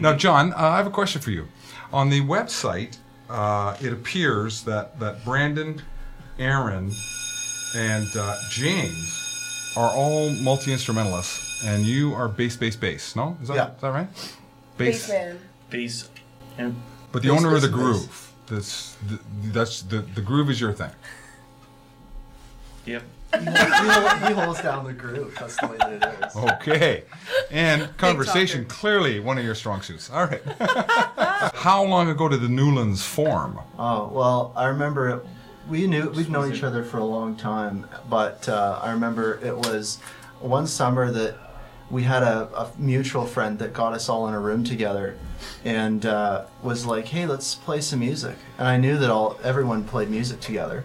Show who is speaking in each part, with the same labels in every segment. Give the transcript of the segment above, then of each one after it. Speaker 1: Now, John, uh, I have a question for you. On the website, uh, it appears that, that Brandon, Aaron, and uh, James are all multi instrumentalists, and you are bass, bass, bass. No, is that,
Speaker 2: Yeah.
Speaker 1: is that right?
Speaker 3: Bass man.
Speaker 4: Bass and
Speaker 1: But the
Speaker 2: Bass,
Speaker 1: owner of the
Speaker 2: bass, bass.
Speaker 1: groove. That's the, that's the the groove is your thing.
Speaker 4: yep.
Speaker 2: He, hol- he holds down the groove. That's the way that it is.
Speaker 1: Okay. And conversation,
Speaker 3: talker.
Speaker 1: clearly one of your strong suits. All right. How long ago did the Newlands form?
Speaker 2: Oh well, I remember it, we knew we've known each other for a long time, but uh, I remember it was one summer that we had a, a mutual friend that got us all in a room together and uh, was like, "Hey, let's play some music." And I knew that all everyone played music together,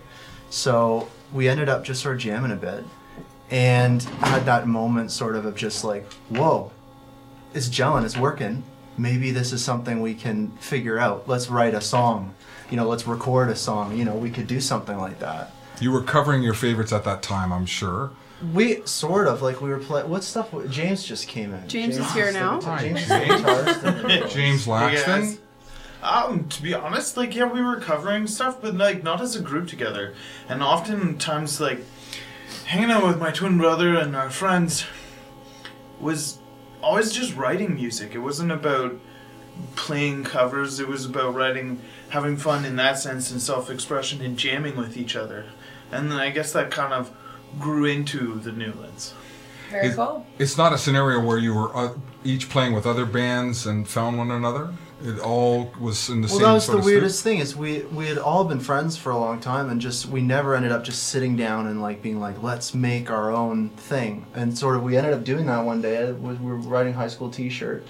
Speaker 2: so we ended up just sort of jamming a bit and had that moment sort of of just like, "Whoa, it's gelling, it's working. Maybe this is something we can figure out. Let's write a song. You know, let's record a song. You know, we could do something like that.
Speaker 1: You were covering your favorites at that time, I'm sure.
Speaker 2: We sort of like we were playing. What stuff? w- James just came in.
Speaker 3: James is here
Speaker 2: the
Speaker 3: now.
Speaker 2: guitar-
Speaker 1: Hi,
Speaker 2: James is
Speaker 1: James.
Speaker 2: the guitarist and the vocalist.
Speaker 1: James Laxton.
Speaker 4: Um, to be honest, like yeah, we were covering stuff, but like not as a group together. And oftentimes, like hanging out with my twin brother and our friends was always just writing music. It wasn't about playing covers. It was about writing, having fun in that sense, and self-expression, and jamming with each other. And then I guess that kind of grew into the Newlands.
Speaker 3: Very
Speaker 1: Is-
Speaker 3: cool.
Speaker 1: It's not a scenario where you were uh, each playing with other bands and found one another. It all was in the
Speaker 2: Well,
Speaker 1: same.
Speaker 2: that was
Speaker 1: sort
Speaker 2: the
Speaker 1: of spirit?
Speaker 2: weirdest thing is we we had all been friends for a long time and just we never ended up just sitting down and like being like let's make our own thing and sort of we ended up doing that one day uh, we we were writing high school T-shirt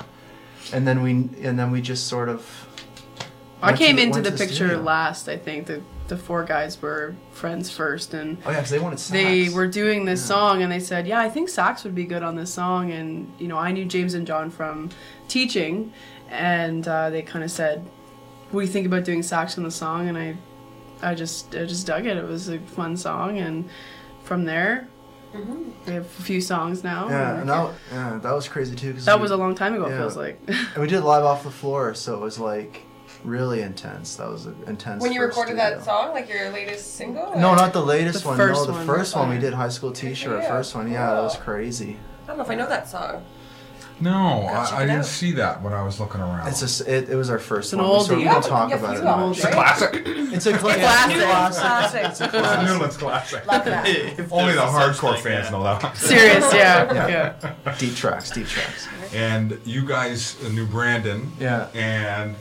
Speaker 2: and then we and then we just sort of
Speaker 3: I
Speaker 2: went to
Speaker 3: came
Speaker 2: the-
Speaker 3: into
Speaker 2: went
Speaker 3: the
Speaker 2: to the
Speaker 3: picture
Speaker 2: studio.
Speaker 3: last, I think. The, the four guys were friends first, and
Speaker 2: oh yeah because they wanted sax.
Speaker 3: they were doing this song and they said yeah i think sax would be good on this song and you know i knew james and john from teaching and uh, they kind of said what do you think about doing sax on the song and i i just i just dug it it was a fun song and from there we have a few songs now
Speaker 2: yeah
Speaker 3: and
Speaker 2: and that, yeah that was crazy too because
Speaker 3: that was a long time ago it
Speaker 2: Yeah.
Speaker 3: feels like
Speaker 2: and we did it live off the floor so it was like really intense that was an intense
Speaker 5: When you
Speaker 2: first
Speaker 5: recorded
Speaker 2: studio.
Speaker 5: that song, like your latest single?
Speaker 2: No,
Speaker 5: or-
Speaker 2: not the latest
Speaker 3: The
Speaker 2: one.
Speaker 3: first
Speaker 2: no, the
Speaker 3: one.
Speaker 2: first one we
Speaker 3: Fine.
Speaker 2: did high school T-shirt.
Speaker 5: you.
Speaker 2: First one, yeah, that was
Speaker 5: Cool.
Speaker 2: crazy.
Speaker 3: Oh.
Speaker 5: I don't know if I know that song.
Speaker 1: No,
Speaker 5: Gotta check
Speaker 1: I, I
Speaker 5: it
Speaker 1: didn't
Speaker 5: out.
Speaker 1: see that when I was looking around.
Speaker 2: It's just it, it was our first
Speaker 3: It's an
Speaker 2: one. We
Speaker 3: oldie.
Speaker 2: sort of
Speaker 3: Yeah,
Speaker 2: didn't talk
Speaker 5: yeah,
Speaker 2: about
Speaker 5: you
Speaker 2: it.
Speaker 5: are,
Speaker 2: much.
Speaker 1: It's a classic.
Speaker 2: It's a cla-
Speaker 3: Classic.
Speaker 2: classic.
Speaker 5: Classic.
Speaker 2: It's a
Speaker 1: It's a
Speaker 2: classic.
Speaker 1: Newlands classic.
Speaker 5: Love that.
Speaker 4: If
Speaker 1: Only the
Speaker 4: there's a such
Speaker 1: hardcore
Speaker 4: thing,
Speaker 1: fans
Speaker 4: yeah.
Speaker 1: know that. one.
Speaker 3: serious yeah
Speaker 2: Yeah.
Speaker 3: yeah,
Speaker 2: Deep tracks. Deep tracks.
Speaker 1: And you guys uh, knew Brandon.
Speaker 2: Yeah.
Speaker 1: And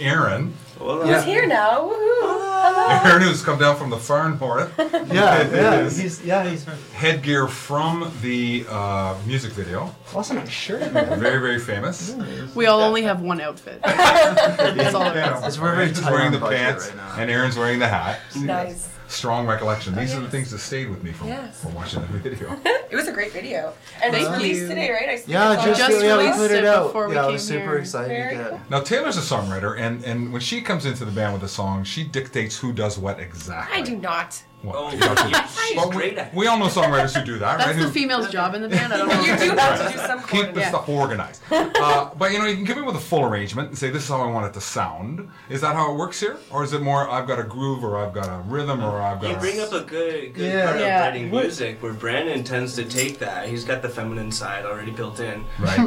Speaker 1: Aaron.
Speaker 5: He's here now. Woohoo. Hello.
Speaker 1: Aaron, who's come down from the far north.
Speaker 2: Yeah, yeah.
Speaker 1: is.
Speaker 2: He's yeah. He's
Speaker 1: headgear from the uh, music video.
Speaker 2: lost on a shirt. man.
Speaker 1: Very, very famous.
Speaker 3: we all only have one outfit that's all it is.
Speaker 1: Yeah.
Speaker 2: It's very, very
Speaker 1: Aaron's
Speaker 2: tight
Speaker 1: wearing
Speaker 2: on
Speaker 1: the
Speaker 2: budget
Speaker 1: pants,
Speaker 2: right now.
Speaker 1: and Aaron's wearing the hat.
Speaker 5: Nice.
Speaker 1: Strong recollection. These are the
Speaker 5: yes.
Speaker 1: things that stayed with me from,
Speaker 5: Yes.
Speaker 1: from watching the video.
Speaker 5: It was a great video. And it's
Speaker 3: Thank
Speaker 5: released
Speaker 3: you.
Speaker 5: today, right? I see
Speaker 2: Yeah,
Speaker 5: it's on-
Speaker 2: just,
Speaker 3: Just
Speaker 2: yeah, we
Speaker 3: released
Speaker 2: put it,
Speaker 3: it
Speaker 2: out.
Speaker 3: before we
Speaker 2: yeah, I
Speaker 3: came
Speaker 2: was super
Speaker 3: here.
Speaker 2: excited
Speaker 5: Very
Speaker 2: to get it.
Speaker 1: now, Taylor's a songwriter, and, and when she comes into the band with a song, she dictates who does what exactly.
Speaker 5: I do not.
Speaker 1: Well,
Speaker 6: Oh,
Speaker 1: exactly.
Speaker 6: yeah, she's
Speaker 1: Well, we-
Speaker 6: great at
Speaker 1: We all know songwriters who do that, right?
Speaker 3: that's the
Speaker 1: Who-
Speaker 3: female's job in the band i don't know
Speaker 5: You do have to do some
Speaker 1: keep
Speaker 5: kind
Speaker 1: the
Speaker 5: of.
Speaker 3: Yeah.
Speaker 1: stuff organized. Uh, but you know, you can come in with a full arrangement and say, "This is how I want it to sound." Is that how it works here, or is it more, "I've got a groove," or "I've got a rhythm," or "I've got"?
Speaker 6: You bring up a good, good
Speaker 2: Yeah.
Speaker 6: part of
Speaker 3: Yeah.
Speaker 6: writing music where Brandon tends to take that. He's got the feminine side already built in.
Speaker 1: right.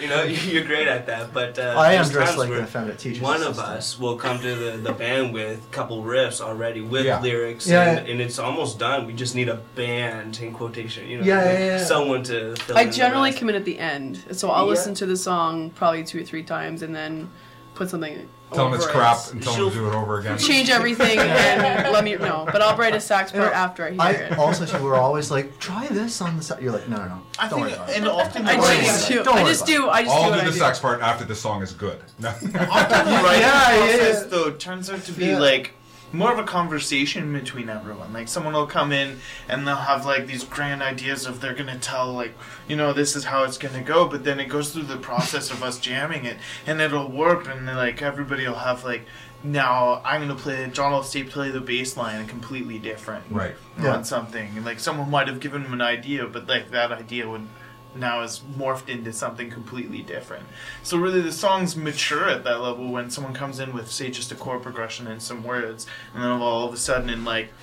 Speaker 6: you know, you're great at that. But uh,
Speaker 2: I am
Speaker 6: there's
Speaker 2: dressed
Speaker 6: times
Speaker 2: like
Speaker 6: where
Speaker 2: an effeminate teacher's
Speaker 6: One of
Speaker 2: assistant.
Speaker 6: us will come to the, the band with couple riffs already with
Speaker 1: Yeah.
Speaker 6: lyrics,
Speaker 2: Yeah,
Speaker 6: and, and it's almost done. We just need a band in quotation. You know,
Speaker 2: Yeah, yeah, yeah.
Speaker 6: someone to. Fill
Speaker 3: I
Speaker 6: in the
Speaker 3: generally
Speaker 6: rest.
Speaker 3: come in at the end, so I'll
Speaker 6: Yeah.
Speaker 3: listen to the song probably two or three times and then put something.
Speaker 1: Tell them
Speaker 3: over
Speaker 1: it's
Speaker 3: it.
Speaker 1: crap and tell them
Speaker 6: She'll-
Speaker 1: to do it over again.
Speaker 3: Change everything and let me know. But I'll write a sax part after I hear
Speaker 2: I
Speaker 3: it.
Speaker 2: also too, we're always like, try this on the side. You're like, no, no, no.
Speaker 4: I
Speaker 2: don't
Speaker 4: think,
Speaker 2: worry about it.
Speaker 4: and often
Speaker 3: I
Speaker 2: Don't worry about
Speaker 3: just
Speaker 2: it.
Speaker 3: do.
Speaker 2: Don't
Speaker 3: I
Speaker 2: worry
Speaker 3: just
Speaker 2: about it.
Speaker 3: do. I just
Speaker 1: I'll
Speaker 3: do.
Speaker 1: do the
Speaker 3: what I
Speaker 1: sax part after the song is good. No.
Speaker 4: often the writing
Speaker 2: Yeah, yeah, yeah.
Speaker 4: process though turns out to be
Speaker 2: Yeah.
Speaker 4: like more of a conversation between everyone. Like someone will come in and they'll have like these grand ideas of they're gonna tell like you know this is how it's gonna go, but then it goes through the process of us jamming it and it'll warp and then like everybody will have like now I'm gonna play John will stay play the bass line completely different
Speaker 1: right.
Speaker 4: on
Speaker 2: Yeah.
Speaker 4: something. And, Like someone might have given him an idea, but like that idea would now is morphed into something completely different. So really, the songs mature at that level when someone comes in with say just a chord progression and some words, and then all of a sudden in like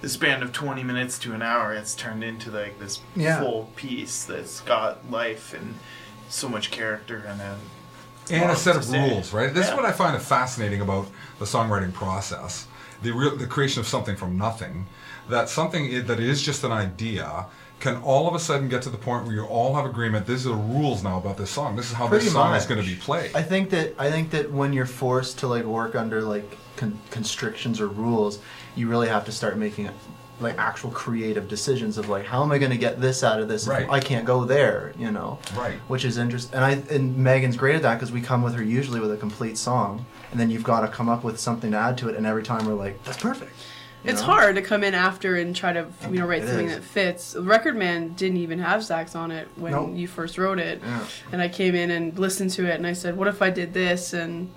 Speaker 4: the span of 20 minutes to an hour, it's turned into like this
Speaker 2: Yeah.
Speaker 4: full piece that's got life and so much character and a
Speaker 1: and a
Speaker 4: lot
Speaker 1: set of
Speaker 4: to say.
Speaker 1: rules, right? This is
Speaker 4: Yeah.
Speaker 1: what I find fascinating about the songwriting process: the real, the creation of something from nothing. That something i- that is just an idea can all of a sudden get to the point where you all have agreement. These are the rules now about this song. This is how
Speaker 2: Pretty
Speaker 1: this song is
Speaker 2: much.
Speaker 1: going to be played.
Speaker 2: I think that I think that when you're forced to like work under like con- constrictions or rules, you really have to start making like actual creative decisions of like how am I going to get this out of this? if
Speaker 1: Right.
Speaker 2: I can't go there, you know.
Speaker 1: Right.
Speaker 2: Which is interesting, and I and Megan's great at that because we come with her usually with a complete song, and then you've got to come up with something to add to it, and every time we're like, that's perfect. you
Speaker 3: It's
Speaker 2: know?
Speaker 3: hard to come in after and try to you know write
Speaker 2: It
Speaker 3: something
Speaker 2: is.
Speaker 3: that fits. Record Man didn't even have sax on it when
Speaker 2: Nope.
Speaker 3: you first wrote it,
Speaker 2: Yeah.
Speaker 3: and I came in and listened to it and I said, "What if I did this?" and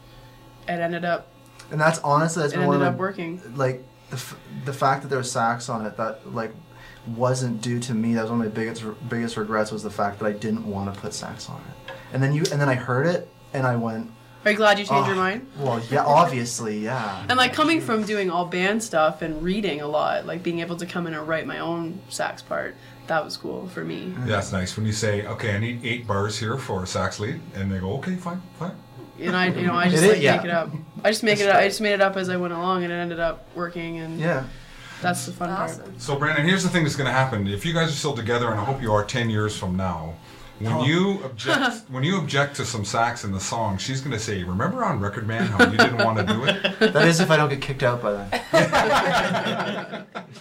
Speaker 3: it ended up
Speaker 2: And that's honestly that's
Speaker 3: it
Speaker 2: been one
Speaker 3: ended
Speaker 2: of
Speaker 3: up
Speaker 2: the
Speaker 3: working.
Speaker 2: like the, f- the fact that there was sax on it that like wasn't due to me that was one of my biggest biggest regrets was the fact that i didn't want to put sax on it and then you and then i heard it and i went
Speaker 3: Are you glad you changed your
Speaker 2: "Oh,
Speaker 3: mind?
Speaker 2: well yeah obviously yeah
Speaker 3: And like coming from doing all band stuff and reading a lot, like being able to come in and write my own sax part, that was cool for me.
Speaker 1: Yeah, That's nice. When you say, okay, I need eight bars here for a sax lead, and they go, okay, fine, fine.
Speaker 3: And I, you know, I just
Speaker 2: It is-
Speaker 3: like,
Speaker 2: yeah.
Speaker 3: make it up. I just make it up. I just made it up as I went along, and it ended up working. And
Speaker 2: yeah
Speaker 3: that's the fun part.
Speaker 5: Awesome.
Speaker 1: So, Brandon, here's the thing that's going to happen. If you guys are still together, and I hope you are 10 years from now, when you object, when you object to some sax in the song, she's going to say, "Remember on Record Man how you didn't want to do it?"
Speaker 2: that is if i don't get kicked out by then